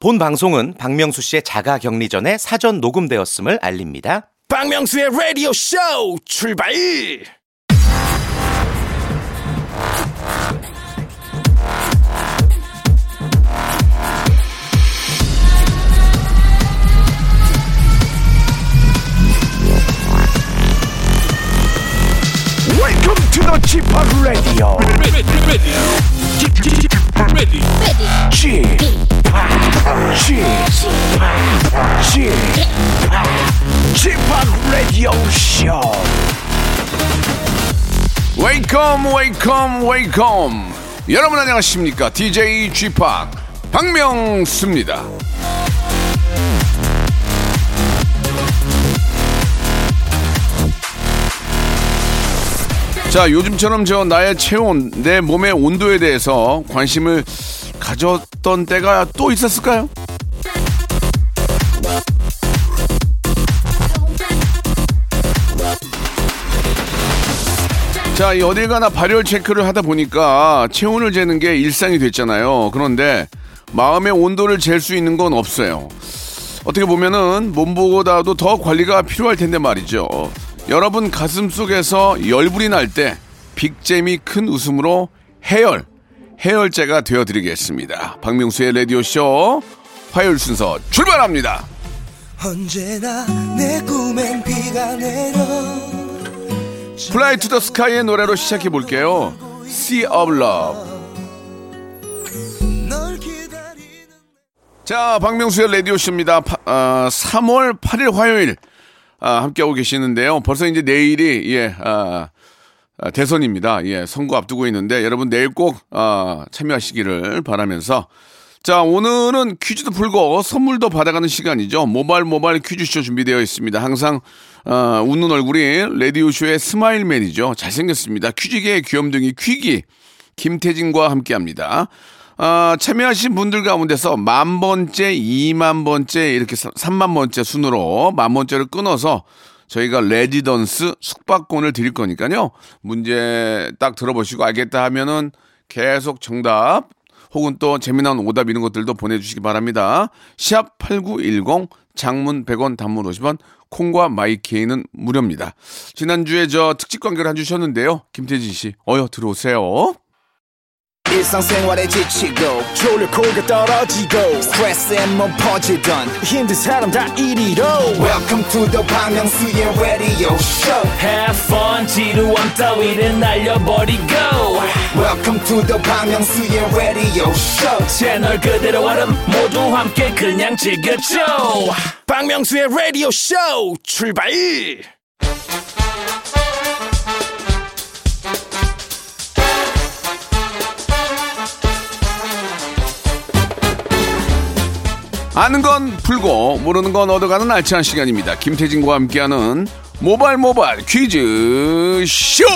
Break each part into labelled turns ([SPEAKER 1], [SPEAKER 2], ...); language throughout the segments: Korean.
[SPEAKER 1] 본 방송은 박명수 씨의 자가 격리 전에 사전 녹음되었음을 알립니다.
[SPEAKER 2] 박명수의 라디오 쇼 출발!
[SPEAKER 3] Welcome to the g p o p Radio.
[SPEAKER 2] Ready, ready, ready,
[SPEAKER 3] g p o p g p g p o p Radio Show.
[SPEAKER 4] 웨이컴 웨이컴 웨이컴 여러분 안녕하십니까 DJ g p o 박명수입니다 자 요즘처럼 저 나의 체온 내 몸의 온도에 대해서 관심을 가졌던 때가 또 있었을까요? 자, 이 어딜 가나 발열 체크를 하다 보니까 체온을 재는 게 일상이 됐잖아요. 그런데 마음의 온도를 잴 수 있는 건 없어요. 어떻게 보면은 몸보다도 더 관리가 필요할 텐데 말이죠. 여러분 가슴 속에서 열불이 날 때 빅잼이 큰 웃음으로 해열, 해열제가 되어드리겠습니다. 박명수의 라디오쇼 화요일 순서 출발합니다.
[SPEAKER 5] 언제나 내 꿈엔 비가 내려
[SPEAKER 4] 플라이 투 더 스카이의 노래로 시작해 볼게요. Sea of Love.
[SPEAKER 5] 널 기다리는
[SPEAKER 4] 자, 박명수의 라디오쇼입니다. 파, 아, 3월 8일 화요일 아, 함께하고 계시는데요. 벌써 이제 내일이 예, 아, 아, 대선입니다. 예, 선거 앞두고 있는데 여러분 내일 꼭 아, 참여하시기를 바라면서 자, 오늘은 퀴즈도 풀고 선물도 받아가는 시간이죠. 모발 모발 퀴즈쇼 준비되어 있습니다. 항상 아, 웃는 얼굴이 라디오쇼의 스마일맨이죠. 잘생겼습니다. 퀴즈계의 귀염둥이 퀴기 김태진과 함께합니다. 아, 참여하신 분들 가운데서 만 번째, 이만 번째 이렇게 삼- 삼만 번째 순으로 만 번째를 끊어서 저희가 레지던스 숙박권을 드릴 거니까요. 문제 딱 들어보시고 알겠다 하면은 계속 정답 혹은 또 재미난 오답 이런 것들도 보내주시기 바랍니다. 샵 8910 장문 100원 단문 50원 콩과 마이케이는 무료입니다. 지난주에 저 특집 관계를 한 주셨는데요. 김태진 씨 어여 들어오세요.
[SPEAKER 3] 일상생활에 지치고, 졸려 코가 떨어지고, 스트레스에 몸 퍼지던, 힘든 사람 다 이리로. welcome to the Bang Myung-soo's radio show
[SPEAKER 6] Have fun 지루함 따위를 날려버리고
[SPEAKER 3] welcome to the Bang Myung-soo's radio show
[SPEAKER 6] 채널 그대로 얼음 모두 함께 그냥 즐겨줘
[SPEAKER 2] 박명수의 라디오 쇼 출발!
[SPEAKER 4] 아는 건 풀고 모르는 건 얻어가는 알찬 시간입니다. 김태진과 함께하는 모발 모발 퀴즈 쇼.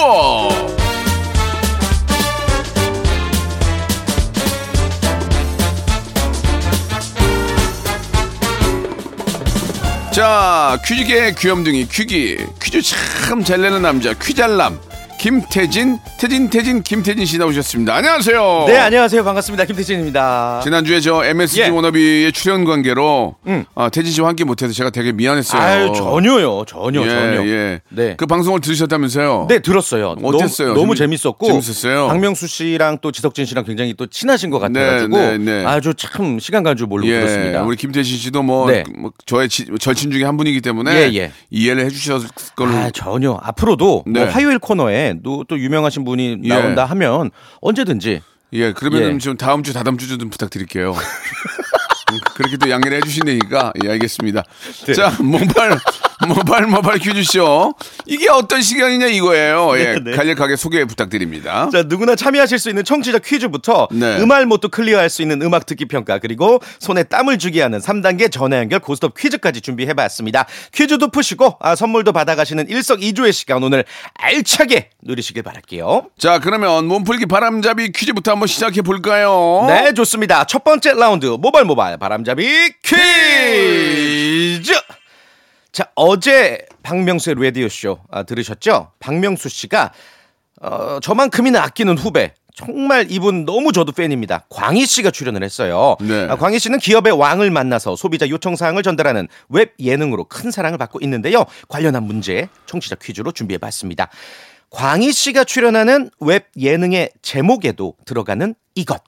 [SPEAKER 4] 자 퀴즈계의 귀염둥이 퀴기 퀴즈 참 잘내는 남자 퀴잘남 김태진 태진 태진 김태진 씨 나오셨습니다. 안녕하세요.
[SPEAKER 1] 네, 안녕하세요. 반갑습니다. 김태진입니다.
[SPEAKER 4] 지난주에 저 MSG
[SPEAKER 1] 아. 예.
[SPEAKER 4] 워너비의 출연 관계로
[SPEAKER 1] 음.
[SPEAKER 4] 아, 태진 씨 함께 못해서 제가 되게 미안했어요.
[SPEAKER 1] 아유, 전혀요. 전혀,
[SPEAKER 4] 예,
[SPEAKER 1] 전혀.
[SPEAKER 4] 예.
[SPEAKER 1] 네.
[SPEAKER 4] 그 방송을 들으셨다면서요?
[SPEAKER 1] 네, 들었어요.
[SPEAKER 4] 어땠어요?
[SPEAKER 1] 너무, 너무
[SPEAKER 4] 재밌-
[SPEAKER 1] 재밌었고.
[SPEAKER 4] 재밌었어요?
[SPEAKER 1] 박명수 씨랑 또 지석진 씨랑 굉장히 또 친하신 것 같아가지고.
[SPEAKER 4] 네, 네, 네.
[SPEAKER 1] 아주 참 시간 간 줄 모르고
[SPEAKER 4] 예,
[SPEAKER 1] 들었습니다.
[SPEAKER 4] 우리 김태진 씨도 뭐,
[SPEAKER 1] 네.
[SPEAKER 4] 뭐 저의 지- 절친 중에 한 분이기 때문에
[SPEAKER 1] 예, 예.
[SPEAKER 4] 이해를 해주셨을 걸로
[SPEAKER 1] 아 전혀 앞으로도 뭐
[SPEAKER 4] 네.
[SPEAKER 1] 화요일 코너에 또, 또 유명하신 분이
[SPEAKER 4] 예.
[SPEAKER 1] 나온다 하면 언제든지
[SPEAKER 4] 예, 그러면
[SPEAKER 1] 예.
[SPEAKER 4] 은좀 다음 주, 다다음 주 좀 부탁드릴게요. 음, 그렇게 또 양해를 해주신다니까, 예, 알겠습니다.
[SPEAKER 1] 네.
[SPEAKER 4] 자, 모발, 모발, 모발 퀴즈쇼. 이게 어떤 시간이냐 이거예요. 예,
[SPEAKER 1] 네.
[SPEAKER 4] 간략하게 소개 부탁드립니다.
[SPEAKER 1] 자, 누구나 참여하실 수 있는 청취자 퀴즈부터
[SPEAKER 4] 네.
[SPEAKER 1] 음알 못도 클리어할 수 있는 음악 듣기 평가 그리고 손에 땀을 주게 하는 3단계 전화 연결 고스톱 퀴즈까지 준비해 봤습니다. 퀴즈도 푸시고 아, 선물도 받아 가시는 일석이조의 시간 오늘 알차게 누리시길 바랄게요.
[SPEAKER 4] 자, 그러면 몸풀기 바람잡이 퀴즈부터 한번 시작해 볼까요?
[SPEAKER 1] 네, 좋습니다. 첫 번째 라운드 모발 모발 바람잡이 퀴즈. 자, 어제 박명수의 라디오 쇼 아, 들으셨죠? 박명수 씨가 어, 저만큼이나 아끼는 후배 정말 이분 너무 저도 팬입니다. 광희 씨가 출연을 했어요.
[SPEAKER 4] 네.
[SPEAKER 1] 아, 광희 씨는 기업의 왕을 만나서 소비자 요청 사항을 전달하는 웹 예능으로 큰 사랑을 받고 있는데요. 관련한 문제 청취자 퀴즈로 준비해봤습니다. 광희 씨가 출연하는 웹 예능의 제목에도 들어가는 이것.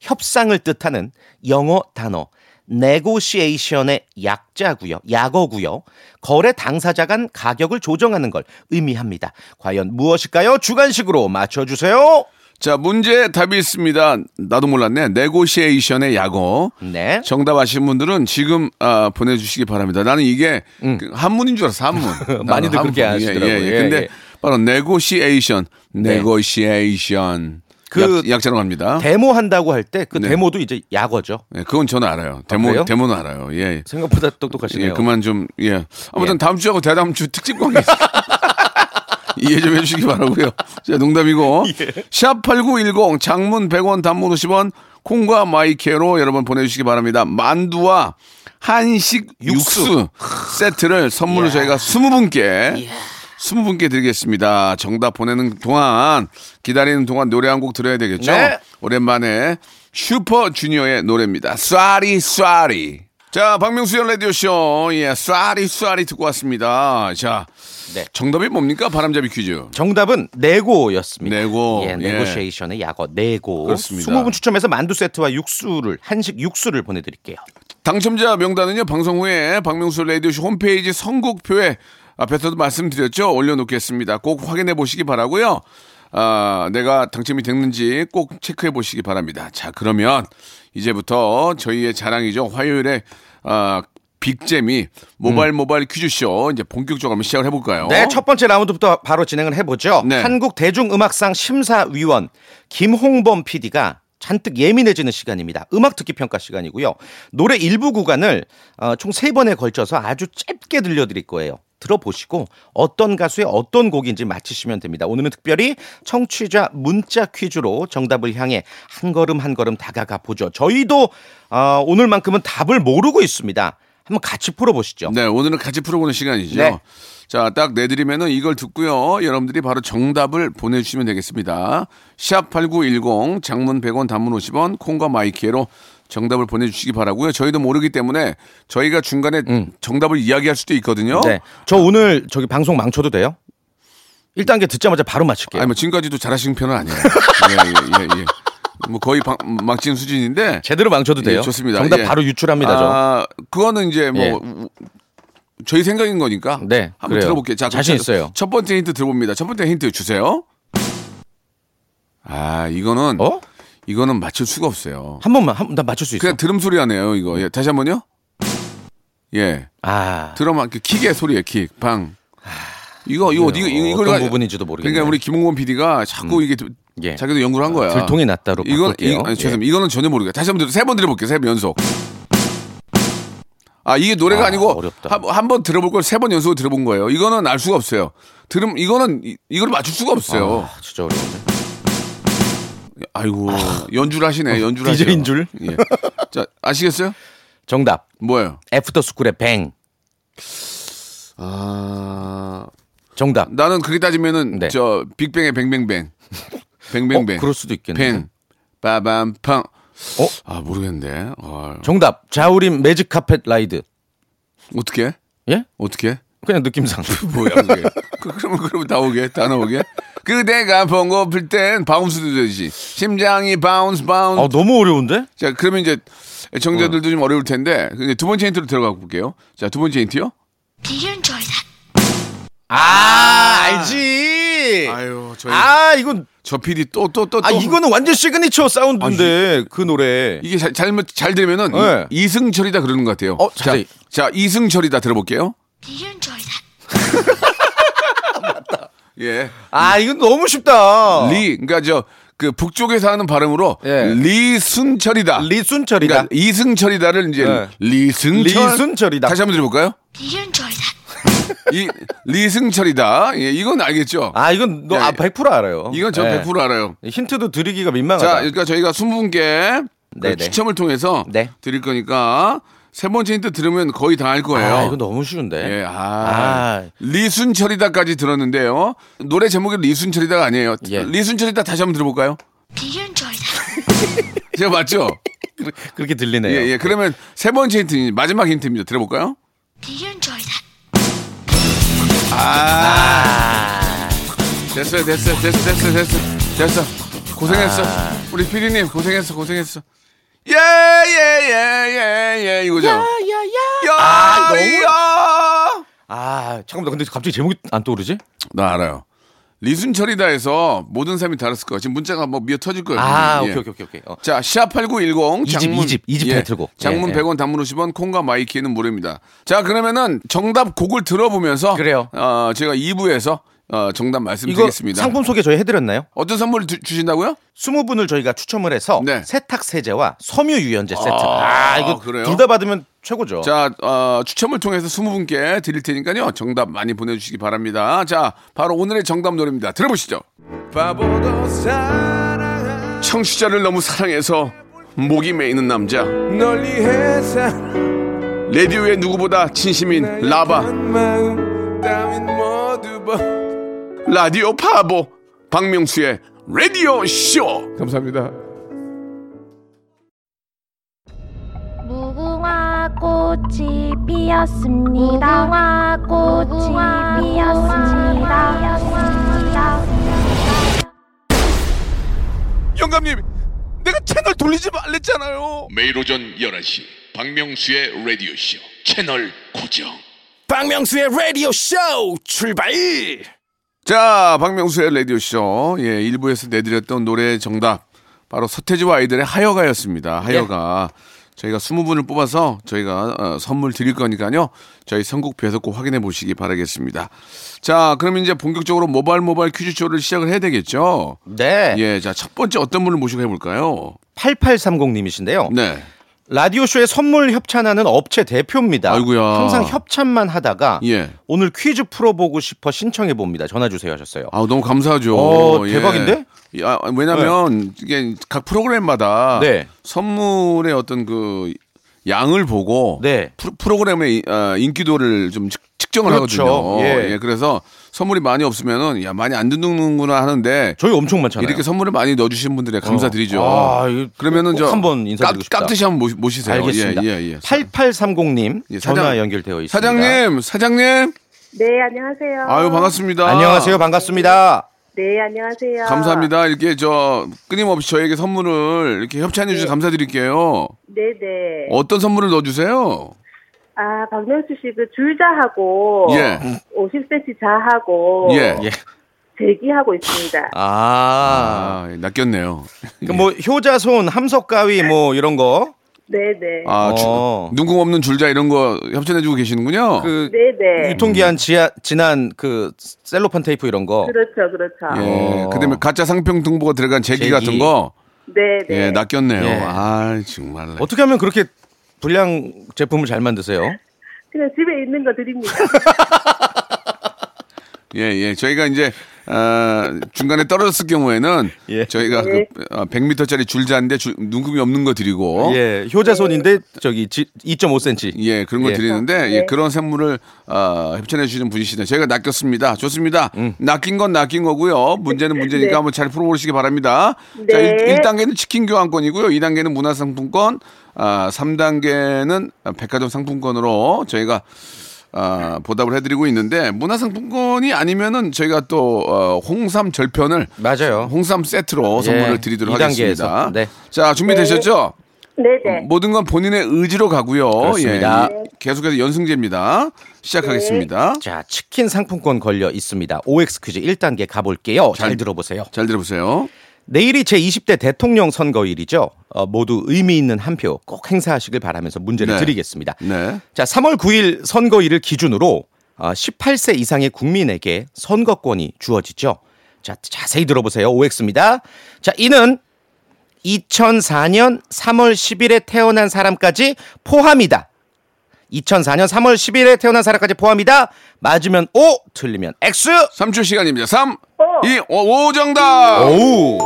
[SPEAKER 1] 협상을 뜻하는 영어 단어 negotiation의 약자고요. 약어고요. 거래 당사자 간 가격을 조정하는 걸 의미합니다. 과연 무엇일까요? 주관식으로 맞춰 주세요.
[SPEAKER 4] 자, 문제 답이 있습니다. 나도 몰랐네. 네고시에이션의 약어.
[SPEAKER 1] 네.
[SPEAKER 4] 정답 아시는 분들은 지금 아, 보내주시기 바랍니다. 나는 이게 그 한문인 줄 알았어, 한문.
[SPEAKER 1] 음. 많이들
[SPEAKER 4] 나는
[SPEAKER 1] 그렇게
[SPEAKER 4] 한문.
[SPEAKER 1] 하시더라고요.
[SPEAKER 4] 예, 예,
[SPEAKER 1] 예,
[SPEAKER 4] 근데
[SPEAKER 1] 예.
[SPEAKER 4] 바로 네고시에이션, 네고시에이션.
[SPEAKER 1] 그
[SPEAKER 4] 약, 약자로 갑니다.
[SPEAKER 1] 데모 한다고 할 때 그
[SPEAKER 4] 네.
[SPEAKER 1] 데모도 이제 약어죠.
[SPEAKER 4] 예, 그건 저는 알아요. 데모,
[SPEAKER 1] 그래요?
[SPEAKER 4] 데모는 알아요. 예.
[SPEAKER 1] 생각보다
[SPEAKER 4] 예,
[SPEAKER 1] 똑똑하시네요.
[SPEAKER 4] 그만 좀, 예. 아무튼
[SPEAKER 1] 예.
[SPEAKER 4] 다음 주하고 대다음 주 특집 관계 있어요. 이해 좀 해주시기 바라고요 자, 농담이고.
[SPEAKER 1] 예.
[SPEAKER 4] 샵8910 장문 100원 단문 50원 콩과 마이케로 여러분 보내주시기 바랍니다. 만두와 한식 육수, 세트를 선물로 저희가 20분께 20분께 드리겠습니다. 정답 보내는 동안 기다리는 동안 노래 한 곡 들어야 되겠죠?
[SPEAKER 1] 네.
[SPEAKER 4] 오랜만에 슈퍼주니어의 노래입니다. 쏴리 쏴리. 자, 박명수의 라디오쇼. 예, 쏴리 쏴리 듣고 왔습니다. 자,
[SPEAKER 1] 네.
[SPEAKER 4] 정답이 뭡니까? 바람잡이 퀴즈.
[SPEAKER 1] 정답은 네고였습니다.
[SPEAKER 4] 네고,
[SPEAKER 1] 예,
[SPEAKER 4] 예.
[SPEAKER 1] 네고시에이션의 약어 네고.
[SPEAKER 4] 그렇습니다.
[SPEAKER 1] 20분 추첨해서 만두 세트와 육수를 한식 육수를 보내 드릴게요.
[SPEAKER 4] 당첨자 명단은요, 방송 후에 박명수 라디오쇼 홈페이지 선곡표에 앞에서도 말씀드렸죠? 올려놓겠습니다. 꼭 확인해 보시기 바라고요 아, 내가 당첨이 됐는지 꼭 체크해 보시기 바랍니다. 자, 그러면 이제부터 저희의 자랑이죠. 화요일에, 아, 빅잼이 모발 모발 퀴즈쇼 이제 본격적으로 한번 시작을 해볼까요?
[SPEAKER 1] 네, 첫 번째 라운드부터 바로 진행을 해보죠.
[SPEAKER 4] 네.
[SPEAKER 1] 한국 대중음악상 심사위원 김홍범 PD가 잔뜩 예민해지는 시간입니다. 음악 듣기 평가 시간이고요. 노래 일부 구간을 어, 총 세번에 걸쳐서 아주 짧게 들려드릴 거예요. 들어보시고 어떤 가수의 어떤 곡인지 맞히시면 됩니다. 오늘은 특별히 청취자 문자 퀴즈로 정답을 향해 한 걸음 한 걸음 다가가 보죠. 저희도 어, 오늘만큼은 답을 모르고 있습니다. 한번 같이 풀어보시죠.
[SPEAKER 4] 네, 오늘은 같이 풀어보는 시간이죠.
[SPEAKER 1] 네.
[SPEAKER 4] 자, 딱 내드리면은 이걸 듣고요. 여러분들이 바로 정답을 보내주시면 되겠습니다. 샵8910 장문 100원 단문 50원 콩과 마이키에로 정답을 보내주시기 바라고요. 저희도 모르기 때문에 저희가 중간에 정답을 이야기할 수도 있거든요.
[SPEAKER 1] 음. 네. 저 오늘 저기 방송 망쳐도 돼요? 1단계 듣자마자 바로 맞힐게요.
[SPEAKER 4] 아니, 뭐 지금까지도 잘하신 편은 아니에요. 예, 예, 예, 예. 뭐 거의 방- 막진 수준인데.
[SPEAKER 1] 제대로 망쳐도 돼요.
[SPEAKER 4] 예, 좋습니다.
[SPEAKER 1] 정답
[SPEAKER 4] 예.
[SPEAKER 1] 바로 유출합니다. 저.
[SPEAKER 4] 아, 그거는 이제 뭐
[SPEAKER 1] 예.
[SPEAKER 4] 우- 저희 생각인 거니까.
[SPEAKER 1] 네,
[SPEAKER 4] 한번
[SPEAKER 1] 그래요.
[SPEAKER 4] 들어볼게요. 자,
[SPEAKER 1] 자신
[SPEAKER 4] 그럼 첫-
[SPEAKER 1] 있어요.
[SPEAKER 4] 첫 번째 힌트 들어봅니다. 첫 번째 힌트 주세요. 아, 이거는
[SPEAKER 1] 어?
[SPEAKER 4] 이거는 맞출 수가 없어요.
[SPEAKER 1] 한 번만 한, 나 맞출 수 있어.
[SPEAKER 4] 그냥 들음 소리 하네요, 이거. 예, 다시 한번요. 예.
[SPEAKER 1] 아.
[SPEAKER 4] 드럼 한그 킥의 소리예요, 킥. 방. 이거 이거 어디 이거
[SPEAKER 1] 어떤
[SPEAKER 4] 이걸 가-
[SPEAKER 1] 부분인지도 모르겠네요.
[SPEAKER 4] 그러니까 우리 김홍건 PD가 자꾸 이게 드-
[SPEAKER 1] 예.
[SPEAKER 4] 자기도 연구를 한 거야.
[SPEAKER 1] 들통이 났다로
[SPEAKER 4] 이건
[SPEAKER 1] 바꿀게요. 예.
[SPEAKER 4] 이- 아니, 죄송합니다. 이거는 전혀 모르겠어요. 다시 한번 세번 들어볼게요. 세번 연속. 아 이게 노래가
[SPEAKER 1] 아,
[SPEAKER 4] 아, 니고
[SPEAKER 1] 어렵다.
[SPEAKER 4] 한 번 들어볼 걸 세 번 연속으로 들어본 거예요. 이거는 알 수가 없어요. 들음 이거는 이- 이걸 맞출 수가 없어요.
[SPEAKER 1] 아, 진짜 어려운데.
[SPEAKER 4] 아, 이고 연주를 하시네. 연주를 하세요.
[SPEAKER 1] DJ인 줄.
[SPEAKER 4] 예. 자 아시겠어요?
[SPEAKER 1] 정답.
[SPEAKER 4] 뭐예요?
[SPEAKER 1] 애프터 스쿨의 뱅.
[SPEAKER 4] 아
[SPEAKER 1] 정답. 어,
[SPEAKER 4] 나는 그렇게 따지면은
[SPEAKER 1] 네.
[SPEAKER 4] 저 빅뱅의 뱅뱅뱅 뱅뱅뱅
[SPEAKER 1] 어, 그럴 수도 있겠네.
[SPEAKER 4] 뱅 빠밤팡
[SPEAKER 1] 어?
[SPEAKER 4] 아 모르겠는데 어,
[SPEAKER 1] 정답. 자우림 매직 카펫 라이드.
[SPEAKER 4] 어떻게
[SPEAKER 1] 예?
[SPEAKER 4] 어떻게
[SPEAKER 1] 그냥 느낌상.
[SPEAKER 4] 뭐야 그게 그, 그러면 그러면 다 오게 다 나오게 그대가 번고플 땐 바운스도 되지 심장이 바운스 바운스
[SPEAKER 1] 아, 너무 어려운데?
[SPEAKER 4] 자 그러면 이제 애청자들도 좀 어려울 텐데 이제 두 번째 힌트로 들어가 볼게요 자 두 번째 힌트요
[SPEAKER 7] Did you enjoy that?
[SPEAKER 1] 아, 알지.
[SPEAKER 4] 아유 저희
[SPEAKER 1] 아, 이건
[SPEAKER 4] 저 PD 또 또 또또
[SPEAKER 1] 아,
[SPEAKER 4] 아,
[SPEAKER 1] 이거는 완전 시그니처 사운드인데 그 노래.
[SPEAKER 4] 이게 잘, 잘못 잘 들으면은
[SPEAKER 1] 네.
[SPEAKER 4] 이- 이승철이다 그러는 것 같아요.
[SPEAKER 1] 어,
[SPEAKER 4] 자,
[SPEAKER 1] 자세히.
[SPEAKER 4] 자 이승철이다 들어볼게요.
[SPEAKER 7] Did you enjoy that?
[SPEAKER 4] 예,
[SPEAKER 1] 아, 이건 너무 쉽다.
[SPEAKER 4] 리 그러니까 저 그 북쪽에서 하는 발음으로
[SPEAKER 1] 어. 예.
[SPEAKER 4] 리순철이다.
[SPEAKER 1] 리순철이다.
[SPEAKER 4] 그러니까 이승철이다를 이제
[SPEAKER 1] 네.
[SPEAKER 4] 리승철.
[SPEAKER 1] 리순철이다.
[SPEAKER 4] 다시 한번 들어볼까요?
[SPEAKER 7] Did you enjoy that?
[SPEAKER 4] 이 리승철이다. 예, 이건 알겠죠.
[SPEAKER 1] 아 이건
[SPEAKER 4] 예,
[SPEAKER 1] 너 아,
[SPEAKER 4] 예.
[SPEAKER 1] 100% 알아요.
[SPEAKER 4] 이건 저
[SPEAKER 1] 예.
[SPEAKER 4] 100% 알아요.
[SPEAKER 1] 힌트도 드리기가
[SPEAKER 4] 자,
[SPEAKER 1] 민망하다.
[SPEAKER 4] 그러니까 저희가 20분께 그
[SPEAKER 1] 네네.
[SPEAKER 4] 추첨을 통해서
[SPEAKER 1] 네.
[SPEAKER 4] 드릴 거니까 세 번째 힌트 들으면 거의 다 알 거예요.
[SPEAKER 1] 아 이거 너무 쉬운데.
[SPEAKER 4] 예, 아.
[SPEAKER 1] 아.
[SPEAKER 4] 리순철이다까지 들었는데요. 노래 제목이 리순철이다가 아니에요.
[SPEAKER 1] 예.
[SPEAKER 4] 리순철이다 다시 한번 들어볼까요?
[SPEAKER 7] Do you enjoy that?
[SPEAKER 4] 제가 맞죠?
[SPEAKER 1] 그렇게 들리네요.
[SPEAKER 4] 예, 예. 그러면 세 번째 힌트, 마지막 힌트입니다. 들어볼까요?
[SPEAKER 7] Do you enjoy that?
[SPEAKER 4] 됐어요, 됐어요, 됐어, 됐어, 됐어, 됐어. 고생했어.
[SPEAKER 1] 아.
[SPEAKER 4] 우리 피디님 고생했어, 고생했어. 예, 예, 예, 예, 예, 이거죠. 야, 야, 야. 아, 너무. 야.
[SPEAKER 1] 아, 잠깐만. 근데 갑자기 제목이 안 떠오르지?
[SPEAKER 4] 나 알아요. 리순철이다 해서 모든 사람이 다 알았을 거야. 지금 문자가 뭐 미어 터질 거예요.
[SPEAKER 1] 아,
[SPEAKER 4] 예.
[SPEAKER 1] 오케이, 오케이, 오케이, 오케이. 어.
[SPEAKER 4] 자, 시아8910
[SPEAKER 1] 이집,
[SPEAKER 4] 장문
[SPEAKER 1] 이집, 이집 타이틀곡.
[SPEAKER 4] 장문
[SPEAKER 1] 예, 예.
[SPEAKER 4] 100원 단문 50원 콩과 마이키는 무료입니다. 자, 그러면은 정답 곡을 들어보면서
[SPEAKER 1] 그래요.
[SPEAKER 4] 어, 제가 2부에서 어, 정답
[SPEAKER 1] 이거
[SPEAKER 4] 말씀드리겠습니다.
[SPEAKER 1] 상품 소개 저희 해드렸나요?
[SPEAKER 4] 어떤 선물 주, 주신다고요?
[SPEAKER 1] 20분을 저희가 추첨을 해서
[SPEAKER 4] 네.
[SPEAKER 1] 세탁 세제와 섬유 유연제 세트.
[SPEAKER 4] 아,
[SPEAKER 1] 아, 이거
[SPEAKER 4] 그래요?
[SPEAKER 1] 둘 다 받으면 최고죠.
[SPEAKER 4] 자, 어, 추첨을 통해서 20분께 드릴 테니까요. 정답 많이 보내주시기 바랍니다. 자, 바로 오늘의 정답 노래입니다. 들어보시죠. 바보도 사랑한 청취자를 너무 사랑해서 목이 메이는 남자.
[SPEAKER 5] 널 위해 사랑한
[SPEAKER 4] 라디오에 누구보다 진심인 라바.
[SPEAKER 5] 마음 따윈 모두 버
[SPEAKER 4] 라디오 파보. 박명수의 라디오 쇼. 감사합니다.
[SPEAKER 8] 무궁화 꽃이 피었습니다. 무궁화 꽃이 피었습니다.
[SPEAKER 4] 영감님, 내가 채널 돌리지 말랬잖아요.
[SPEAKER 9] 매일 오전 11시 박명수의 라디오쇼 채널 고정
[SPEAKER 2] 박명수의 라디오 쇼 출발
[SPEAKER 4] 자, 박명수의 라디오쇼. 예, 1부에서 내드렸던 노래의 정답. 바로 서태지와 아이들의 하여가였습니다. 하여가. 저희가 20분을 뽑아서 저희가 어, 선물 드릴 거니까요. 저희 선곡표에서 꼭 확인해 보시기 바라겠습니다. 자, 그럼 이제 본격적으로 모발 모발 퀴즈쇼를 시작을 해야 되겠죠?
[SPEAKER 1] 네.
[SPEAKER 4] 예, 자, 첫 번째 어떤 분을 모시고 해볼까요?
[SPEAKER 1] 8830님이신데요.
[SPEAKER 4] 네.
[SPEAKER 1] 라디오쇼에 선물 협찬하는 업체 대표입니다.
[SPEAKER 4] 아이고야.
[SPEAKER 1] 항상 협찬만 하다가
[SPEAKER 4] 예.
[SPEAKER 1] 오늘 퀴즈 풀어보고 싶어 신청해 봅니다. 전화 주세요 하셨어요.
[SPEAKER 4] 아 너무 감사하죠.
[SPEAKER 1] 어, 대박인데?
[SPEAKER 4] 예. 야, 왜냐면 이게 각 프로그램마다
[SPEAKER 1] 네.
[SPEAKER 4] 선물의 어떤 그 양을 보고
[SPEAKER 1] 네.
[SPEAKER 4] 프로, 프로그램의 이- 아, 인기도를 좀 측- 측정을
[SPEAKER 1] 그렇죠.
[SPEAKER 4] 하거든요.
[SPEAKER 1] 예.
[SPEAKER 4] 그래서 선물이 많이 없으면은 야 많이 안 듣는구나 하는데
[SPEAKER 1] 저희 엄청 많잖아요.
[SPEAKER 4] 이렇게 선물을 많이 넣어주신 분들에 감사드리죠.
[SPEAKER 1] 아, 이거
[SPEAKER 4] 그러면은
[SPEAKER 1] 꼭
[SPEAKER 4] 저
[SPEAKER 1] 한번 인사드리고 싶다.
[SPEAKER 4] 깍, 듯이 한번 모시, 모시세요.
[SPEAKER 1] 알겠습니다.
[SPEAKER 4] 예, 예, 예.
[SPEAKER 1] 8830님
[SPEAKER 4] 예, 사장-
[SPEAKER 1] 전화 연결되어 있습니다.
[SPEAKER 4] 사장님, 사장님,
[SPEAKER 10] 네, 안녕하세요.
[SPEAKER 4] 아유 반갑습니다.
[SPEAKER 1] 안녕하세요. 반갑습니다.
[SPEAKER 10] 네, 안녕하세요.
[SPEAKER 4] 감사합니다. 이렇게 저 끊임없이 저에게 선물을 이렇게 협찬해 주셔서 감사드릴게요.
[SPEAKER 10] 네, 네.
[SPEAKER 4] 어떤 선물을 넣어주세요?
[SPEAKER 10] 아, 박명수 씨 그 줄자하고
[SPEAKER 4] 예.
[SPEAKER 10] 50cm 자하고
[SPEAKER 4] 예.
[SPEAKER 1] 예.
[SPEAKER 10] 대기하고 있습니다.
[SPEAKER 1] 아.
[SPEAKER 4] 아, 예. 낚였네요.
[SPEAKER 1] 그뭐 효자손, 함석가위 뭐 이런 거.
[SPEAKER 10] 네, 네.
[SPEAKER 4] 아, 주-
[SPEAKER 1] 어.
[SPEAKER 4] 눈금 없는 줄자 이런 거 협찬해주고 계시는군요.
[SPEAKER 1] 그
[SPEAKER 10] 네, 네.
[SPEAKER 1] 유통기한 지하, 지난 그 셀로판 테이프 이런 거.
[SPEAKER 10] 그렇죠, 그렇죠.
[SPEAKER 4] 예.
[SPEAKER 1] 어.
[SPEAKER 4] 그다음에 가짜 상평 등보가 들어간 제기,
[SPEAKER 1] 제기.
[SPEAKER 4] 같은 거.
[SPEAKER 10] 네, 네.
[SPEAKER 4] 예, 낚였네요.
[SPEAKER 1] 예.
[SPEAKER 4] 아, 정말.
[SPEAKER 1] 어떻게 하면 그렇게 불량 제품을 잘 만드세요?
[SPEAKER 10] 그냥 집에 있는 거 드립니다.
[SPEAKER 4] 예, 예. 저희가 이제 아, 중간에 떨어졌을 경우에는
[SPEAKER 1] 예.
[SPEAKER 4] 저희가 그 100m짜리 줄자인데 줄- 눈금이 없는 거 드리고
[SPEAKER 1] 예, 효자손인데 저기 지, 2.5cm.
[SPEAKER 4] 어? 예, 그런 걸
[SPEAKER 1] 예.
[SPEAKER 4] 드리는데
[SPEAKER 10] 네.
[SPEAKER 4] 예, 그런 선물을 어, 협찬해 주시는 분이시네. 저희가 낚였습니다. 좋습니다.
[SPEAKER 1] 음.
[SPEAKER 4] 낚인 건 낚인 거고요. 문제는 문제니까 한번 잘 풀어보시기 바랍니다. 자,
[SPEAKER 10] 네.
[SPEAKER 4] 1, 단계는 치킨 교환권이고요. 2단계는 문화상품권, 아, 3단계는 백화점 상품권으로 저희가 아, 보답을 해드리고 있는데 문화상품권이 아니면은 저희가 또 어, 홍삼 절편을
[SPEAKER 1] 맞아요. 예,
[SPEAKER 4] 홍삼 세트로 선물을 드리도록
[SPEAKER 1] 이 단계에서.
[SPEAKER 4] 하겠습니다.
[SPEAKER 1] 네.
[SPEAKER 4] 자 준비되셨죠?
[SPEAKER 10] 네, 네.
[SPEAKER 4] 모든 건 본인의 의지로 가고요.
[SPEAKER 1] 그렇습니다.
[SPEAKER 4] 예, 계속해서 연승제입니다. 시작하겠습니다.
[SPEAKER 1] 자, 치킨 상품권 걸려 있습니다. OX 퀴즈 1단계 가볼게요. 잘,
[SPEAKER 4] 잘
[SPEAKER 1] 들어보세요.
[SPEAKER 4] 잘 들어보세요.
[SPEAKER 1] 내일이 제20대 대통령 선거일이죠. 어, 모두 의미 있는 한 표 꼭 행사하시길 바라면서 문제를
[SPEAKER 4] 네.
[SPEAKER 1] 드리겠습니다.
[SPEAKER 4] 네.
[SPEAKER 1] 자, 3월 9일 선거일을 기준으로 어, 18세 이상의 국민에게 선거권이 주어지죠. 자, 자세히 들어보세요. OX입니다. 자, 이는 2004년 3월 10일에 태어난 사람까지 포함이다. 2004년 3월 10일에 태어난 사람까지 포함이다. 맞으면 O, 틀리면 X.
[SPEAKER 4] 3초 시간입니다. 3,
[SPEAKER 10] 오.
[SPEAKER 4] 2, 5, 정답!
[SPEAKER 1] 오.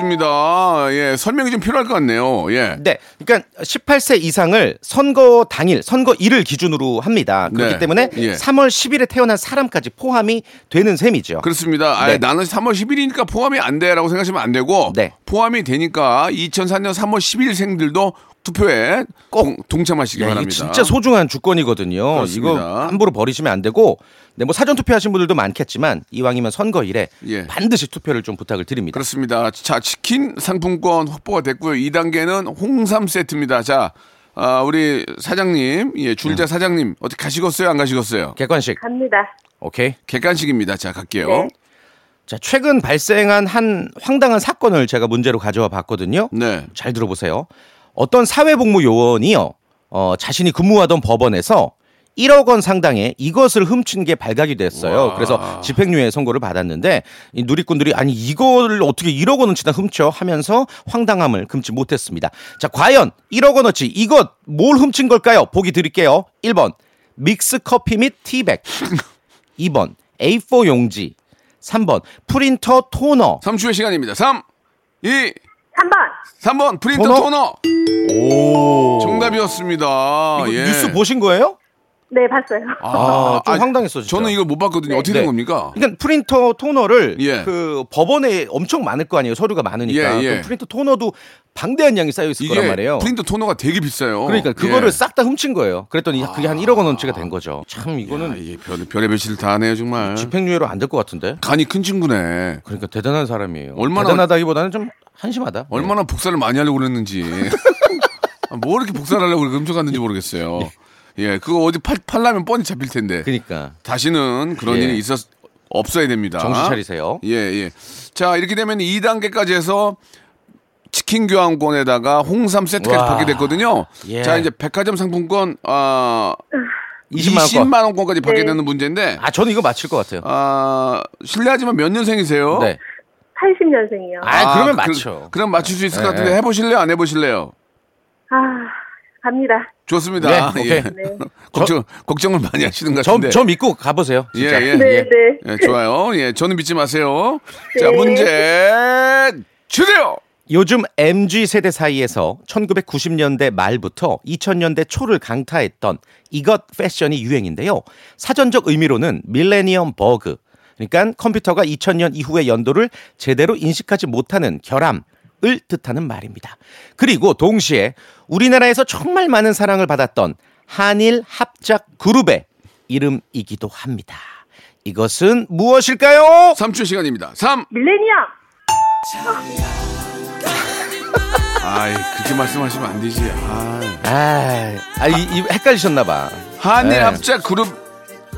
[SPEAKER 4] 그렇습니다. 예, 설명이 좀 필요할 것 같네요. 예.
[SPEAKER 1] 네, 그러니까 18세 이상을 선거 당일, 선거 일을 기준으로 합니다. 그렇기
[SPEAKER 4] 네.
[SPEAKER 1] 때문에
[SPEAKER 4] 예.
[SPEAKER 1] 3월 10일에 태어난 사람까지 포함이 되는 셈이죠.
[SPEAKER 4] 그렇습니다. 아,
[SPEAKER 1] 네.
[SPEAKER 4] 나는 3월 10일이니까 포함이 안 돼라고 생각하시면 안 되고
[SPEAKER 1] 네.
[SPEAKER 4] 포함이 되니까 2004년 3월 10일생들도 투표에 꼭 동참하시기
[SPEAKER 1] 야, 네, 이게
[SPEAKER 4] 바랍니다.
[SPEAKER 1] 진짜 소중한 주권이거든요.
[SPEAKER 4] 그렇습니다.
[SPEAKER 1] 이거 함부로 버리시면 안 되고, 네, 뭐 사전 투표하신 분들도 많겠지만 이왕이면 선거일에
[SPEAKER 4] 예.
[SPEAKER 1] 반드시 투표를 좀 부탁을 드립니다.
[SPEAKER 4] 그렇습니다. 자, 치킨 상품권 확보가 됐고요. 2단계는 홍삼 세트입니다. 자, 아, 우리 사장님, 예, 줄자
[SPEAKER 1] 음.
[SPEAKER 4] 사장님, 어떻게 가시겠어요? 안 가시겠어요?
[SPEAKER 1] 객관식,
[SPEAKER 10] 갑니다.
[SPEAKER 1] 오케이.
[SPEAKER 4] 객관식입니다. 자, 갈게요.
[SPEAKER 10] 네.
[SPEAKER 1] 자, 최근 발생한 한 황당한 사건을 제가 문제로 가져와 봤거든요.
[SPEAKER 4] 네.
[SPEAKER 1] 잘 들어보세요. 어떤 사회복무 요원이요, 어, 자신이 근무하던 법원에서 1억 원 상당의 이것을 훔친 게 발각이 됐어요.
[SPEAKER 4] 와.
[SPEAKER 1] 그래서 집행유예 선고를 받았는데 이 누리꾼들이 아니 이걸 어떻게 1억 원어치나 훔쳐 하면서 황당함을 금치 못했습니다. 자, 과연 1억 원어치 이것 뭘 훔친 걸까요? 보기 드릴게요. 1번 믹스 커피 및 티백. 2번 A4 용지. 3번 프린터 토너.
[SPEAKER 4] 3초의 시간입니다. 3, 2,
[SPEAKER 10] 3번.
[SPEAKER 4] 3번 프린터
[SPEAKER 1] 토너?
[SPEAKER 4] 토너. 정답이었습니다.
[SPEAKER 1] 이거
[SPEAKER 4] 예.
[SPEAKER 1] 뉴스 보신 거예요?
[SPEAKER 10] 네, 봤어요.
[SPEAKER 1] 아, 좀
[SPEAKER 4] 아니,
[SPEAKER 1] 황당했어 진짜.
[SPEAKER 4] 저는 이걸 못 봤거든요. 어떻게 된
[SPEAKER 1] 네.
[SPEAKER 4] 겁니까?
[SPEAKER 1] 그러니까 프린터 토너를
[SPEAKER 4] 예.
[SPEAKER 1] 그 법원에 엄청 많을 거 아니에요. 서류가 많으니까.
[SPEAKER 4] 예, 예.
[SPEAKER 1] 그럼 프린터 토너도 방대한 양이 쌓여 있을 거란
[SPEAKER 4] 이게
[SPEAKER 1] 말이에요.
[SPEAKER 4] 프린터 토너가 되게 비싸요.
[SPEAKER 1] 그러니까
[SPEAKER 4] 예.
[SPEAKER 1] 그거를 싹 다 훔친 거예요. 그랬더니 그게 한 1억 원 원치가 된 거죠. 참
[SPEAKER 4] 아,
[SPEAKER 1] 이거는
[SPEAKER 4] 이게 별, 별의 별짓을 다 하네요, 정말.
[SPEAKER 1] 집행유예로 안 될 것 같은데.
[SPEAKER 4] 간이 큰 친구네.
[SPEAKER 1] 그러니까 대단한 사람이에요.
[SPEAKER 4] 얼마나-
[SPEAKER 1] 대단하다기보다는 좀 한심하다. 네.
[SPEAKER 4] 얼마나 복사를 많이 하려고 그랬는지. 아, 뭐 이렇게 복사를 하려고 그렇게 훔쳐갔는지 모르겠어요. 예, 그거 어디 팔, 팔라면 뻔히 잡힐 텐데.
[SPEAKER 1] 그러니까
[SPEAKER 4] 다시는 그런
[SPEAKER 1] 예.
[SPEAKER 4] 일이 있었, 없어야 됩니다.
[SPEAKER 1] 정신 차리세요.
[SPEAKER 4] 예, 예. 자, 이렇게 되면 2단계까지 해서 치킨 교환권에다가 홍삼 세트까지
[SPEAKER 1] 와.
[SPEAKER 4] 받게 됐거든요.
[SPEAKER 1] 예.
[SPEAKER 4] 자, 이제 백화점 상품권, 아,
[SPEAKER 1] 20만 원.
[SPEAKER 4] 20만 원권까지 받게
[SPEAKER 10] 네.
[SPEAKER 4] 되는 문제인데,
[SPEAKER 1] 아 저는 이거 맞힐 것 같아요.
[SPEAKER 4] 아, 어? 실례하지만 몇 년생이세요?
[SPEAKER 1] 네.
[SPEAKER 10] 80년생이요.
[SPEAKER 1] 아, 그러면
[SPEAKER 4] 그-
[SPEAKER 1] 맞죠.
[SPEAKER 4] 그럼 맞출 수 있을 것
[SPEAKER 1] 네,
[SPEAKER 4] 같은데
[SPEAKER 1] 네.
[SPEAKER 4] 해보실래요? 안 해보실래요?
[SPEAKER 10] 아, 갑니다.
[SPEAKER 4] 좋습니다.
[SPEAKER 1] 네,
[SPEAKER 4] 예.
[SPEAKER 1] 오케이. 네.
[SPEAKER 10] 네.
[SPEAKER 4] 걱정 걱정을 많이 하시는 것
[SPEAKER 1] 저,
[SPEAKER 4] 같은데.
[SPEAKER 1] 저 믿고 가보세요.
[SPEAKER 4] 예,
[SPEAKER 1] 진짜.
[SPEAKER 4] 예.
[SPEAKER 10] 네, 네.
[SPEAKER 4] 예, 좋아요. 예, 저는 믿지 마세요.
[SPEAKER 10] 네.
[SPEAKER 4] 자, 문제 주세요.
[SPEAKER 1] 요즘 MG 세대 사이에서 1990년대 말부터 2000년대 초를 강타했던 이것 패션이 유행인데요. 사전적 의미로는 밀레니엄 버그. 그러니까 컴퓨터가 2000년 이후의 연도를 제대로 인식하지 못하는 결함. 을 뜻하는 말입니다. 그리고 동시에 우리나라에서 정말 많은 사랑을 받았던 한일 합작 그룹의 이름이기도 합니다. 이것은 무엇일까요?
[SPEAKER 4] 3초 시간입니다. 3.
[SPEAKER 10] 밀레니엄.
[SPEAKER 4] 아이, 그렇게 말씀하시면 안 되지. 아.
[SPEAKER 1] 아, 아, 이, 이 헷갈리셨나봐.
[SPEAKER 4] 한일
[SPEAKER 1] 네.
[SPEAKER 4] 합작 그룹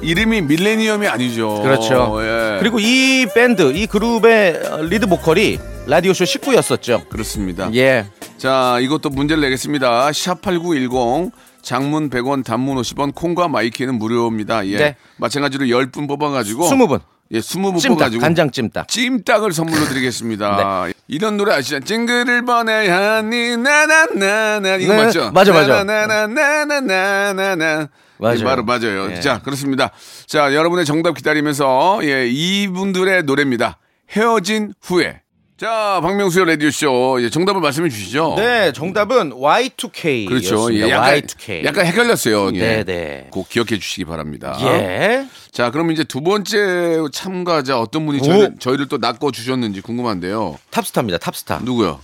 [SPEAKER 4] 이름이 밀레니엄이 아니죠.
[SPEAKER 1] 그렇죠.
[SPEAKER 4] 예.
[SPEAKER 1] 그리고 이 밴드, 이 그룹의 어, 리드 보컬이 라디오쇼 19였었죠.
[SPEAKER 4] 그렇습니다.
[SPEAKER 1] 예.
[SPEAKER 4] 자, 이것도 문제를 내겠습니다. 샵8910 장문 100원, 단문 50원, 콩과 마이키는 무료입니다. 예.
[SPEAKER 1] 네.
[SPEAKER 4] 마찬가지로 10분 뽑아 가지고
[SPEAKER 1] 20분.
[SPEAKER 4] 예, 20분 뽑아
[SPEAKER 1] 찜닭,
[SPEAKER 4] 가지고
[SPEAKER 1] 간장 찜닭.
[SPEAKER 4] 찜닭을 선물로 드리겠습니다.
[SPEAKER 1] 네.
[SPEAKER 4] 이런 노래 아시죠? 찡그릴 번에 하니 나나나나 이거
[SPEAKER 1] 네,
[SPEAKER 4] 맞죠?
[SPEAKER 1] 맞아, 맞아.
[SPEAKER 4] 나나나나나나나나 예,
[SPEAKER 1] 맞아요.
[SPEAKER 4] 바로 맞아요.
[SPEAKER 1] 예.
[SPEAKER 4] 자 그렇습니다. 자 여러분의 정답 기다리면서 예 이분들의 노래입니다. 헤어진 후에 자 박명수의 라디오 쇼 예, 정답을 말씀해 주시죠.
[SPEAKER 1] 네, 정답은 Y2K.
[SPEAKER 4] 그렇죠. 예, 약간,
[SPEAKER 1] Y2K.
[SPEAKER 4] 약간 헷갈렸어요. 예.
[SPEAKER 1] 네, 네.
[SPEAKER 4] 꼭 기억해 주시기 바랍니다.
[SPEAKER 1] 예.
[SPEAKER 4] 자, 그럼 이제 두 번째 참가자 어떤 분이 저희를, 저희를 또 낚아 주셨는지 궁금한데요.
[SPEAKER 1] 탑스타입니다, 탑스타.
[SPEAKER 4] 누구요?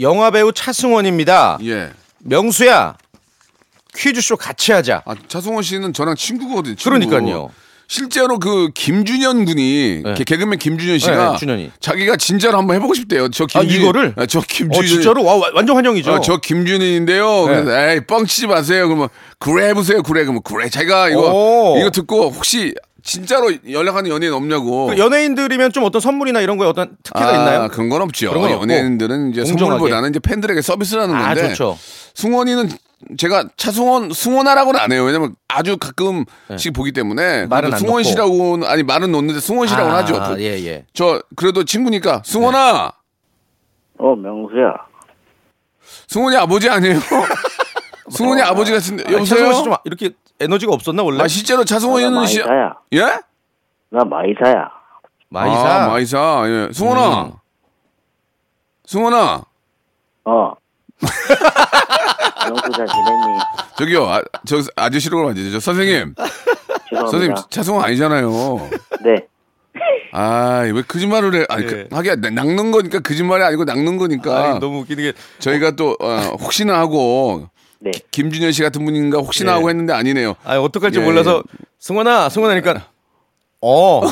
[SPEAKER 1] 영화배우 차승원입니다.
[SPEAKER 4] 예.
[SPEAKER 1] 명수야, 퀴즈쇼 같이 하자.
[SPEAKER 4] 아, 차승원 씨는 저랑 친구거든요. 친구.
[SPEAKER 1] 그러니까요.
[SPEAKER 4] 실제로 그 김준현 군이
[SPEAKER 1] 네.
[SPEAKER 4] 개- 개그맨 김준현 씨가
[SPEAKER 1] 네, 준현이.
[SPEAKER 4] 자기가 진짜로 한번 해보고 싶대요. 저 김준
[SPEAKER 1] 이거를?
[SPEAKER 4] 아, 저
[SPEAKER 1] 어,
[SPEAKER 4] 김준현
[SPEAKER 1] 진짜로? 네. 와, 와, 완전 환영이죠.
[SPEAKER 4] 어, 저 김준현인데요. 그래서 에이 뻥치지 마세요. 그러면 그래 해보세요. 그래 그러면 그래 제가 이거
[SPEAKER 1] 오.
[SPEAKER 4] 이거 듣고 혹시 진짜로 연락하는 연예인 없냐고.
[SPEAKER 1] 그 연예인들이면 좀 어떤 선물이나 이런 거에 어떤 특혜가
[SPEAKER 4] 아,
[SPEAKER 1] 있나요?
[SPEAKER 4] 그런 건 없죠.
[SPEAKER 1] 그런 건 없고
[SPEAKER 4] 연예인들은 이제
[SPEAKER 1] 공정하게.
[SPEAKER 4] 선물보다는 이제 팬들에게 서비스라는
[SPEAKER 1] 아,
[SPEAKER 4] 건데.
[SPEAKER 1] 좋죠.
[SPEAKER 4] 승원이는 제가 차승원 승원아라고는 안 해요. 왜냐면 아주 가끔씩 보기 때문에
[SPEAKER 1] 네. 말은
[SPEAKER 4] 그래도
[SPEAKER 1] 안
[SPEAKER 4] 승원 씨라고는 아니 말은 놓는데 승원 씨라고는
[SPEAKER 1] 아,
[SPEAKER 4] 하죠. 그-
[SPEAKER 1] 예, 예.
[SPEAKER 4] 저 그래도 친구니까 승원아.
[SPEAKER 11] 어, 명수야.
[SPEAKER 4] 승원이 아버지 아니에요? 승훈이 아버지 같은데
[SPEAKER 1] 아니,
[SPEAKER 4] 여보세요?
[SPEAKER 1] 차승원 씨좀 이렇게 에너지가 없었나 원래?
[SPEAKER 4] 아 실제로 차승원이는 씨
[SPEAKER 11] 마이사야.
[SPEAKER 4] 예?
[SPEAKER 11] 나 마이사야.
[SPEAKER 1] 마이사. 음.
[SPEAKER 4] 아, 마이사. 예. 승원아. 승원아.
[SPEAKER 11] 어. 너무 잘 지냈니?
[SPEAKER 4] 저기요. 아, 저 아저씨로 가면 안 되죠. 선생님.
[SPEAKER 11] 죄송합니다.
[SPEAKER 4] 선생님 차승원 아니잖아요.
[SPEAKER 11] 네.
[SPEAKER 4] 아, 왜 거짓말을 해? 아니, 그, 하기야 낚는 거니까 거짓말이 아니고 낚는 거니까.
[SPEAKER 1] 예. 아니, 너무 웃기는 게
[SPEAKER 4] 저희가 또 어, 혹시나 하고
[SPEAKER 11] 네.
[SPEAKER 4] 김준현 씨 같은 분인가 혹시나
[SPEAKER 1] 예.
[SPEAKER 4] 하고 했는데 아니네요.
[SPEAKER 1] 아 어떡할지
[SPEAKER 4] 예,
[SPEAKER 1] 몰라서 승원아 그러니까. 승원아니까 어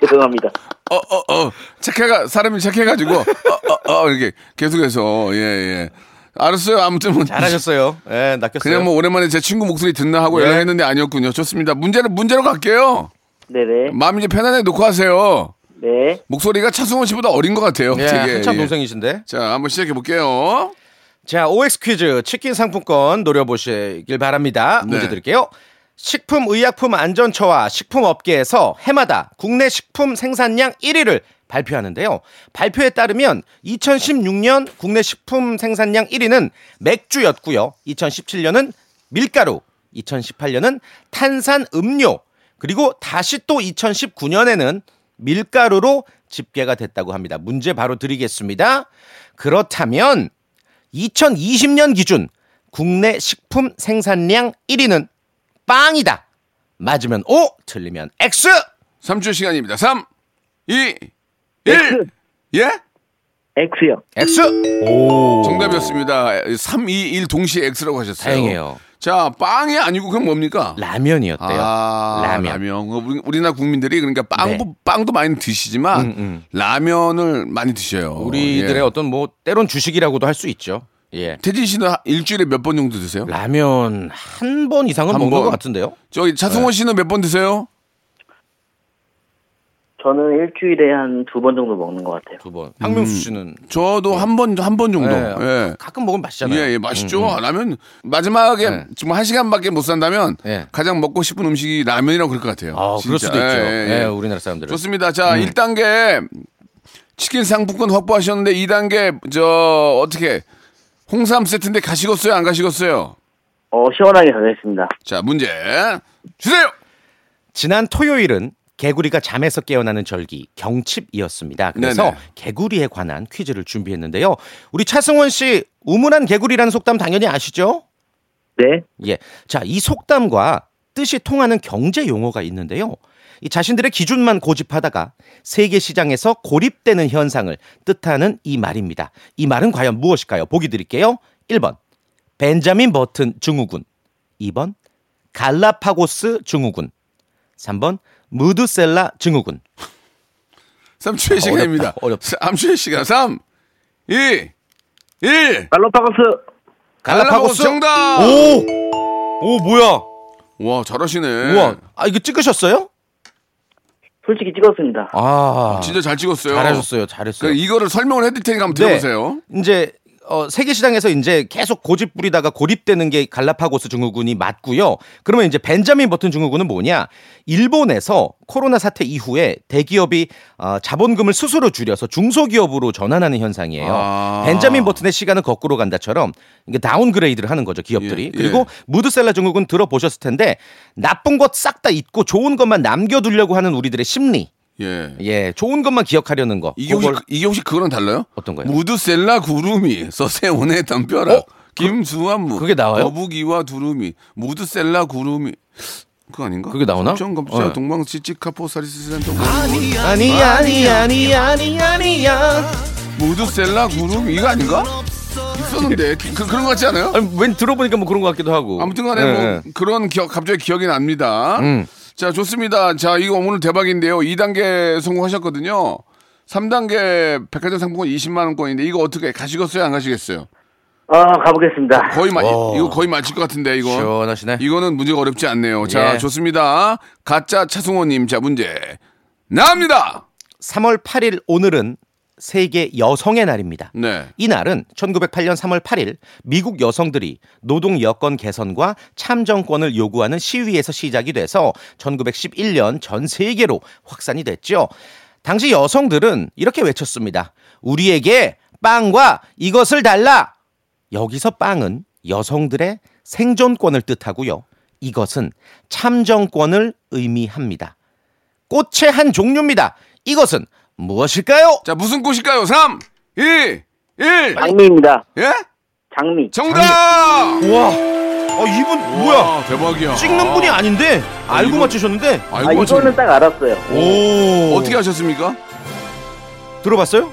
[SPEAKER 11] 죄송합니다.
[SPEAKER 4] 어, 어, 어. 착해가, 사람이 착해가지고, 어, 어, 어, 이렇게 계속해서, 예, 예. 알았어요. 아무튼 뭐.
[SPEAKER 1] 잘하셨어요. 예 낚였어요.
[SPEAKER 4] 그냥 뭐 오랜만에 제 친구 목소리 듣나 하고
[SPEAKER 1] 예.
[SPEAKER 4] 연락했는데 아니었군요. 좋습니다. 문제는 문제로 갈게요.
[SPEAKER 11] 네네.
[SPEAKER 4] 마음 이제 편안하게 놓고 하세요.
[SPEAKER 11] 네.
[SPEAKER 4] 목소리가 차승원 씨보다 어린 것 같아요.
[SPEAKER 1] 예,
[SPEAKER 4] 되게,
[SPEAKER 1] 한참
[SPEAKER 4] 예.
[SPEAKER 1] 동생이신데.
[SPEAKER 4] 자, 한번 시작해 볼게요.
[SPEAKER 1] 자, OX 퀴즈 치킨 상품권 노려보시길 바랍니다.
[SPEAKER 4] 네.
[SPEAKER 1] 문제 드릴게요. 식품의약품 안전처와 식품업계에서 해마다 국내 식품 생산량 1위를 발표하는데요. 발표에 따르면 2016년 국내 식품 생산량 1위는 맥주였고요. 2017년은 밀가루, 2018년은 탄산 음료, 그리고 다시 또 2019년에는 밀가루로 집계가 됐다고 합니다. 문제 바로 드리겠습니다. 그렇다면 2020년 기준 국내 식품 생산량 1위는 빵이다. 맞으면 O, 틀리면 X.
[SPEAKER 4] 3초 시간입니다. 3, 2, 1. 예?
[SPEAKER 11] X요.
[SPEAKER 1] X.
[SPEAKER 4] 정답이었습니다. 3, 2, 1 동시에 X라고 하셨어요.
[SPEAKER 1] 다행이에요.
[SPEAKER 4] 자, 빵이 아니고 그럼 뭡니까?
[SPEAKER 1] 라면이었대요.
[SPEAKER 4] 아,
[SPEAKER 1] 라면. 네.
[SPEAKER 4] 라면. 우리- 우리나라 국민들이 그러니까 빵도, 빵도 많이 드시지만 라면을 많이 드셔요.
[SPEAKER 1] 음, 우리들의
[SPEAKER 4] 예.
[SPEAKER 1] 어떤 뭐 때론 주식이라고도 할 수 있죠. 예.
[SPEAKER 4] 태진 씨는 하- 일주일에 몇 번 정도 드세요?
[SPEAKER 1] 라면 한 번 이상은
[SPEAKER 4] 한
[SPEAKER 1] 먹는
[SPEAKER 4] 번.
[SPEAKER 1] 것 같은데요.
[SPEAKER 4] 저기
[SPEAKER 1] 네.
[SPEAKER 4] 차승원 씨는 몇 번 드세요?
[SPEAKER 11] 저는 일주일에 한 두 번 정도 먹는 것 같아요.
[SPEAKER 1] 두 번. 박명수 씨는 네.
[SPEAKER 4] 저도 한 번 한 번 정도.
[SPEAKER 1] 예.
[SPEAKER 4] 예.
[SPEAKER 1] 음. 가끔 먹으면
[SPEAKER 4] 예,
[SPEAKER 1] 맛있잖아요.
[SPEAKER 4] 예, 맛있죠. 라면 마지막에
[SPEAKER 1] 음, 네.
[SPEAKER 4] 지금 한 시간밖에 못 산다면
[SPEAKER 1] 예.
[SPEAKER 4] 가장 먹고 싶은 음식이 라면이라고 그럴 것 같아요.
[SPEAKER 1] 아, 그럴
[SPEAKER 4] 진짜.
[SPEAKER 1] 수도
[SPEAKER 4] 예,
[SPEAKER 1] 있죠.
[SPEAKER 4] 예, 예.
[SPEAKER 1] 예, 우리나라 사람들은. 음.
[SPEAKER 4] 좋습니다. 자, 1단계 치킨 상품권 확보하셨는데 2단계 저 어떻게 홍삼 세트인데 가시겠어요? 안 가시겠어요?
[SPEAKER 11] 어, 시원하게 가겠습니다.
[SPEAKER 4] 자, 문제 주세요.
[SPEAKER 1] 지난 토요일은 개구리가 잠에서 깨어나는 절기 경칩이었습니다. 그래서
[SPEAKER 4] 네네.
[SPEAKER 1] 개구리에 관한 퀴즈를 준비했는데요. 우리 차승원 씨 우문한 개구리라는 속담 당연히 아시죠?
[SPEAKER 11] 네.
[SPEAKER 1] 예. 자, 이 속담과 뜻이 통하는 경제 용어가 있는데요. 이 자신들의 기준만 고집하다가 세계 시장에서 고립되는 현상을 뜻하는 이 말입니다. 이 말은 과연 무엇일까요? 보기 드릴게요. 1번. 벤자민 버튼 증후군. 2번. 갈라파고스 증후군. 3번. 무드셀라 증후군.
[SPEAKER 4] 3초의 시간입니다.
[SPEAKER 1] 아, 어렵다.
[SPEAKER 4] 3초의 시간. 3 2 1
[SPEAKER 11] 갈로파고스.
[SPEAKER 4] 갈라파고스 정답.
[SPEAKER 1] 아, 오! 오, 뭐야?
[SPEAKER 4] 와, 잘하시네.
[SPEAKER 1] 우와. 아, 이거 찍으셨어요?
[SPEAKER 11] 솔직히 찍었습니다.
[SPEAKER 1] 아.
[SPEAKER 4] 진짜 잘 어, 찍었어요.
[SPEAKER 1] 잘하셨어요. 잘했어요.
[SPEAKER 4] 그 이거를 설명을 해드릴 테니까 한번 들어보세요.
[SPEAKER 1] 네. 이제 어, 세계 시장에서 이제 계속 고집 부리다가 고립되는 게 갈라파고스 증후군이 맞고요. 그러면 이제 벤자민 버튼 증후군은 뭐냐? 일본에서 코로나 사태 이후에 대기업이 어, 자본금을 스스로 줄여서 중소기업으로 전환하는 현상이에요.
[SPEAKER 4] 아.
[SPEAKER 1] 벤자민 버튼의 시간은 거꾸로 간다처럼 이게 다운그레이드를 하는 거죠 기업들이.
[SPEAKER 4] 예, 예.
[SPEAKER 1] 그리고 무드셀라 증후군 들어보셨을 텐데 나쁜 것 싹 다 잊고 좋은 것만 남겨두려고 하는 우리들의 심리.
[SPEAKER 4] 예.
[SPEAKER 1] 예, 좋은 것만 기억하려는 거.
[SPEAKER 4] 이게 혹시, 이게 혹시 그거랑 달라요?
[SPEAKER 1] 어떤 거예요?
[SPEAKER 4] 무드셀라 구름이 서세원의 담벼락
[SPEAKER 1] 어?
[SPEAKER 4] 김수환무
[SPEAKER 1] 그게 나와요?
[SPEAKER 4] 거북이와 두루미 무드셀라 구름이 그거 아닌가?
[SPEAKER 1] 그게 나오나?
[SPEAKER 4] 정검사
[SPEAKER 1] 어.
[SPEAKER 4] 동방지치카포사리스산
[SPEAKER 1] 아니 아니 아니 아니 아니야.
[SPEAKER 4] 무드셀라 구름 이거 아닌가? 있었는데 그, 그런 거 같지 않아요?
[SPEAKER 1] 아니, 웬 들어보니까 뭐 그런 것 같기도 하고.
[SPEAKER 4] 아무튼간에
[SPEAKER 1] 예,
[SPEAKER 4] 뭐
[SPEAKER 1] 예.
[SPEAKER 4] 그런 기억 갑자기 기억이 납니다.
[SPEAKER 1] 음.
[SPEAKER 4] 자 좋습니다. 자 이거 오늘 대박인데요. 2단계 성공하셨거든요. 3단계 백화점 상품권 20만 원권인데 이거 어떻게 가시겠어요? 안 가시겠어요?
[SPEAKER 11] 아, 가보겠습니다.
[SPEAKER 4] 거의 마,
[SPEAKER 1] 와.
[SPEAKER 4] 이거 거의 맞을 것 같은데 이거.
[SPEAKER 1] 시원하시네.
[SPEAKER 4] 이거는 문제가 어렵지 않네요. 자,
[SPEAKER 1] 예.
[SPEAKER 4] 좋습니다. 가짜 차승호님, 자 문제 나옵니다.
[SPEAKER 1] 3월 8일 오늘은 세계 여성의 날입니다.
[SPEAKER 4] 네,
[SPEAKER 1] 이날은 1908년 3월 8일 미국 여성들이 노동 여건 개선과 참정권을 요구하는 시위에서 시작이 돼서 1911년 전 세계로 확산이 됐죠. 당시 여성들은 이렇게 외쳤습니다. 우리에게 빵과 이것을 달라! 여기서 빵은 여성들의 생존권을 뜻하고요. 이것은 참정권을 의미합니다. 꽃의 한 종류입니다. 이것은 무엇일까요?
[SPEAKER 4] 자, 무슨 꽃일까요? 3, 2, 1.
[SPEAKER 11] 장미입니다.
[SPEAKER 4] 예?
[SPEAKER 11] 장미.
[SPEAKER 4] 정답!
[SPEAKER 1] 우와. 아, 이분 뭐야?
[SPEAKER 4] 와, 대박이야.
[SPEAKER 1] 찍는 분이 아닌데 알고
[SPEAKER 4] 이분-
[SPEAKER 1] 맞추셨는데
[SPEAKER 11] 아,
[SPEAKER 4] 알고 맞췄네.
[SPEAKER 11] 이거는 딱 알았어요.
[SPEAKER 1] 오
[SPEAKER 4] 어떻게 하셨습니까?
[SPEAKER 1] 들어봤어요?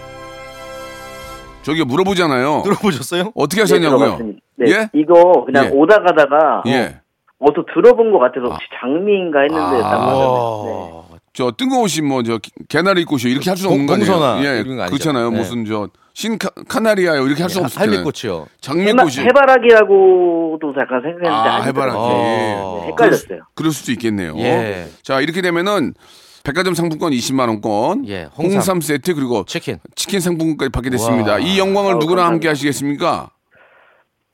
[SPEAKER 4] 저기 물어보잖아요.
[SPEAKER 1] 들어보셨어요?
[SPEAKER 4] 어떻게
[SPEAKER 11] 네,
[SPEAKER 4] 하셨냐고요?
[SPEAKER 11] 들어갔습니다. 네,
[SPEAKER 4] 예?
[SPEAKER 11] 이거 그냥
[SPEAKER 4] 예.
[SPEAKER 11] 오다 가다가
[SPEAKER 4] 예.
[SPEAKER 11] 어, 또 들어본 것 같아서 혹시 장미인가 했는데
[SPEAKER 4] 아.
[SPEAKER 11] 딱 맞았네. 네.
[SPEAKER 1] 와.
[SPEAKER 4] 저 뜬금없이 뭐 저 개나리 꽃이 이렇게 할 수는
[SPEAKER 1] 공-
[SPEAKER 4] 없는 거
[SPEAKER 1] 공선화
[SPEAKER 4] 아니에요? 예,
[SPEAKER 1] 이런 거 아니죠?
[SPEAKER 4] 그렇잖아요.
[SPEAKER 1] 네.
[SPEAKER 4] 무슨 저신 카나리아요 이렇게 할 수
[SPEAKER 1] 예,
[SPEAKER 4] 없을 때는
[SPEAKER 1] 할미꽃이요.
[SPEAKER 11] 해바,
[SPEAKER 4] 장미꽃이
[SPEAKER 11] 해바라기라고도 잠깐 생각했는데
[SPEAKER 4] 아
[SPEAKER 11] 아니더라고요.
[SPEAKER 4] 해바라기.
[SPEAKER 1] 어.
[SPEAKER 11] 네, 헷갈렸어요.
[SPEAKER 4] 그럴 수도 있겠네요.
[SPEAKER 1] 예.
[SPEAKER 4] 자 이렇게 되면은 백화점 상품권 20만 원권,
[SPEAKER 1] 예, 홍삼.
[SPEAKER 4] 홍삼. 세트 그리고
[SPEAKER 1] 치킨.
[SPEAKER 4] 치킨 상품권까지 받게 됐습니다.
[SPEAKER 1] 와.
[SPEAKER 4] 이 영광을
[SPEAKER 11] 아우,
[SPEAKER 4] 누구랑
[SPEAKER 11] 감사합니다.
[SPEAKER 4] 함께 하시겠습니까?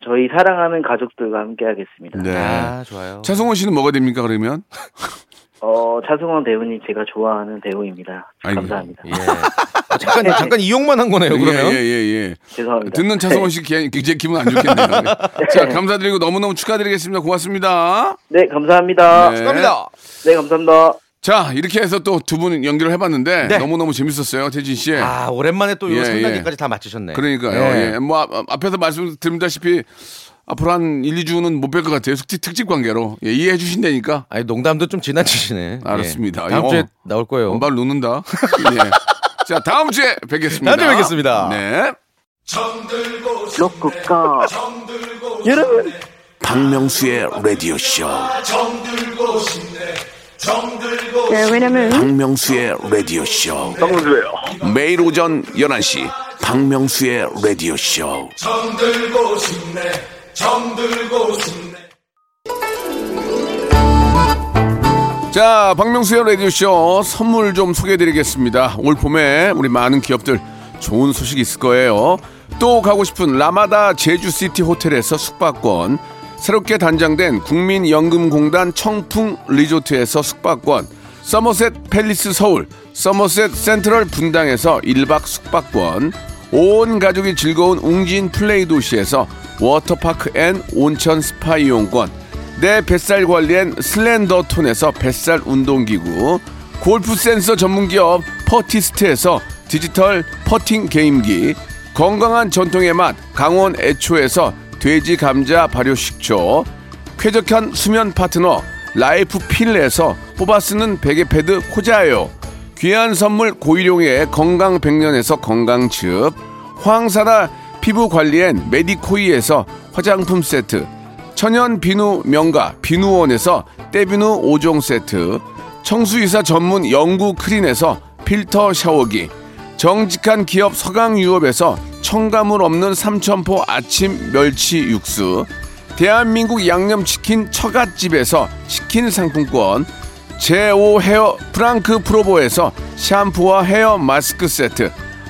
[SPEAKER 11] 저희 사랑하는 가족들과 함께 하겠습니다.
[SPEAKER 4] 네.
[SPEAKER 1] 아 좋아요.
[SPEAKER 4] 차성원 씨는 뭐가 됩니까 그러면?
[SPEAKER 11] 어, 차승원 배우님 제가 좋아하는 배우입니다.
[SPEAKER 4] 아이고.
[SPEAKER 11] 감사합니다.
[SPEAKER 1] 예. 아, 잠깐 잠깐 이용만 한 거네요. 그러면
[SPEAKER 4] 네. 예, 예, 예.
[SPEAKER 11] 죄송합니다. 네.
[SPEAKER 4] 듣는 차성원 씨 기- 굉장히 기분 안 좋겠네요. 자, 감사드리고 너무너무 축하드리겠습니다. 고맙습니다.
[SPEAKER 11] 네, 감사합니다.
[SPEAKER 4] 네.
[SPEAKER 1] 축하합니다.
[SPEAKER 11] 네, 감사합니다.
[SPEAKER 4] 자, 이렇게 해서 또 두 분 연결을 해봤는데
[SPEAKER 1] 네.
[SPEAKER 4] 너무너무 재밌었어요, 태진 씨.
[SPEAKER 1] 아 오랜만에 또 이거
[SPEAKER 4] 예,
[SPEAKER 1] 3단계까지 다 맞추셨네.
[SPEAKER 4] 그러니까요. 예. 뭐 앞, 앞에서 말씀드린다시피 앞으로 한 1, 2주는 못 뵐 것 같아요. 특집, 특집 관계로. 예, 이해해 주신다니까.
[SPEAKER 1] 아니 농담도 좀 지나치시네.
[SPEAKER 4] 알았습니다.
[SPEAKER 1] 예. 다음 주에
[SPEAKER 4] 어.
[SPEAKER 1] 나올 거예요.
[SPEAKER 4] 엄발 누는다. 예. 자, 다음 주에 뵙겠습니다.
[SPEAKER 1] 다음 주에 뵙겠습니다.
[SPEAKER 4] 네.
[SPEAKER 11] 로쿠카. 여러분.
[SPEAKER 2] 박명수의 라디오 쇼.
[SPEAKER 8] 네, 왜냐면
[SPEAKER 2] 박명수의 라디오 쇼. 매일 오전 11시 박명수의 라디오 쇼.
[SPEAKER 4] 자, 박명수의 라디오쇼 선물 좀 소개해드리겠습니다. 올 봄에 우리 많은 기업들 좋은 소식 있을 거예요. 또 가고 싶은 라마다 제주시티 호텔에서 숙박권, 새롭게 단장된 국민연금공단 청풍 리조트에서 숙박권, 서머셋 팰리스 서울, 서머셋 센트럴 분당에서 일박 숙박권, 온 가족이 즐거운 웅진 플레이 도시에서 워터파크 앤 온천 스파 이용권, 내 뱃살 관리엔 슬렌더 톤에서 뱃살 운동기구, 골프 센서 전문기업 퍼티스트에서 디지털 퍼팅 게임기, 건강한 전통의 맛 강원 애초에서 돼지 감자 발효 식초, 쾌적한 수면 파트너 라이프 필에서 뽑아 쓰는 베개 패드 코자요, 귀한 선물 고일용의 건강 백년에서 건강즙, 황사라 피부 관리엔 메디코이에서 화장품 세트, 천연 비누 명가 비누원에서 때비누 5종 세트 청수이사 전문 영구 크린에서 필터 샤워기 정직한 기업 서강유업에서 첨가물 없는 삼천포 아침 멸치 육수 대한민국 양념치킨 처갓집에서 치킨 상품권 제오 헤어 프랑크 프로보에서 샴푸와 헤어 마스크 세트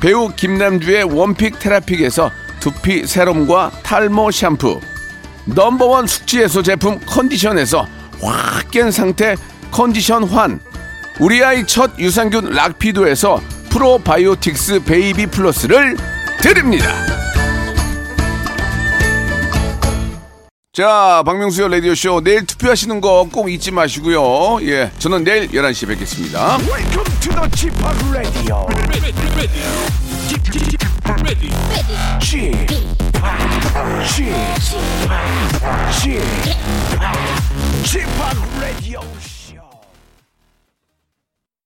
[SPEAKER 4] 배우 김남주의 원픽 테라픽에서 두피 세럼과 탈모 샴푸 넘버원 숙취 해소 제품 컨디션에서 확 깬 상태 컨디션 환 우리 아이 첫 유산균 락피도에서 프로바이오틱스 베이비 플러스를 드립니다 자, 박명수의 라디오쇼 내일 투표하시는 거 꼭 잊지 마시고요. 예, 저는 내일 11시에 뵙겠습니다.
[SPEAKER 2] Welcome to the Chip Radio. Chip Chip Chip Radio.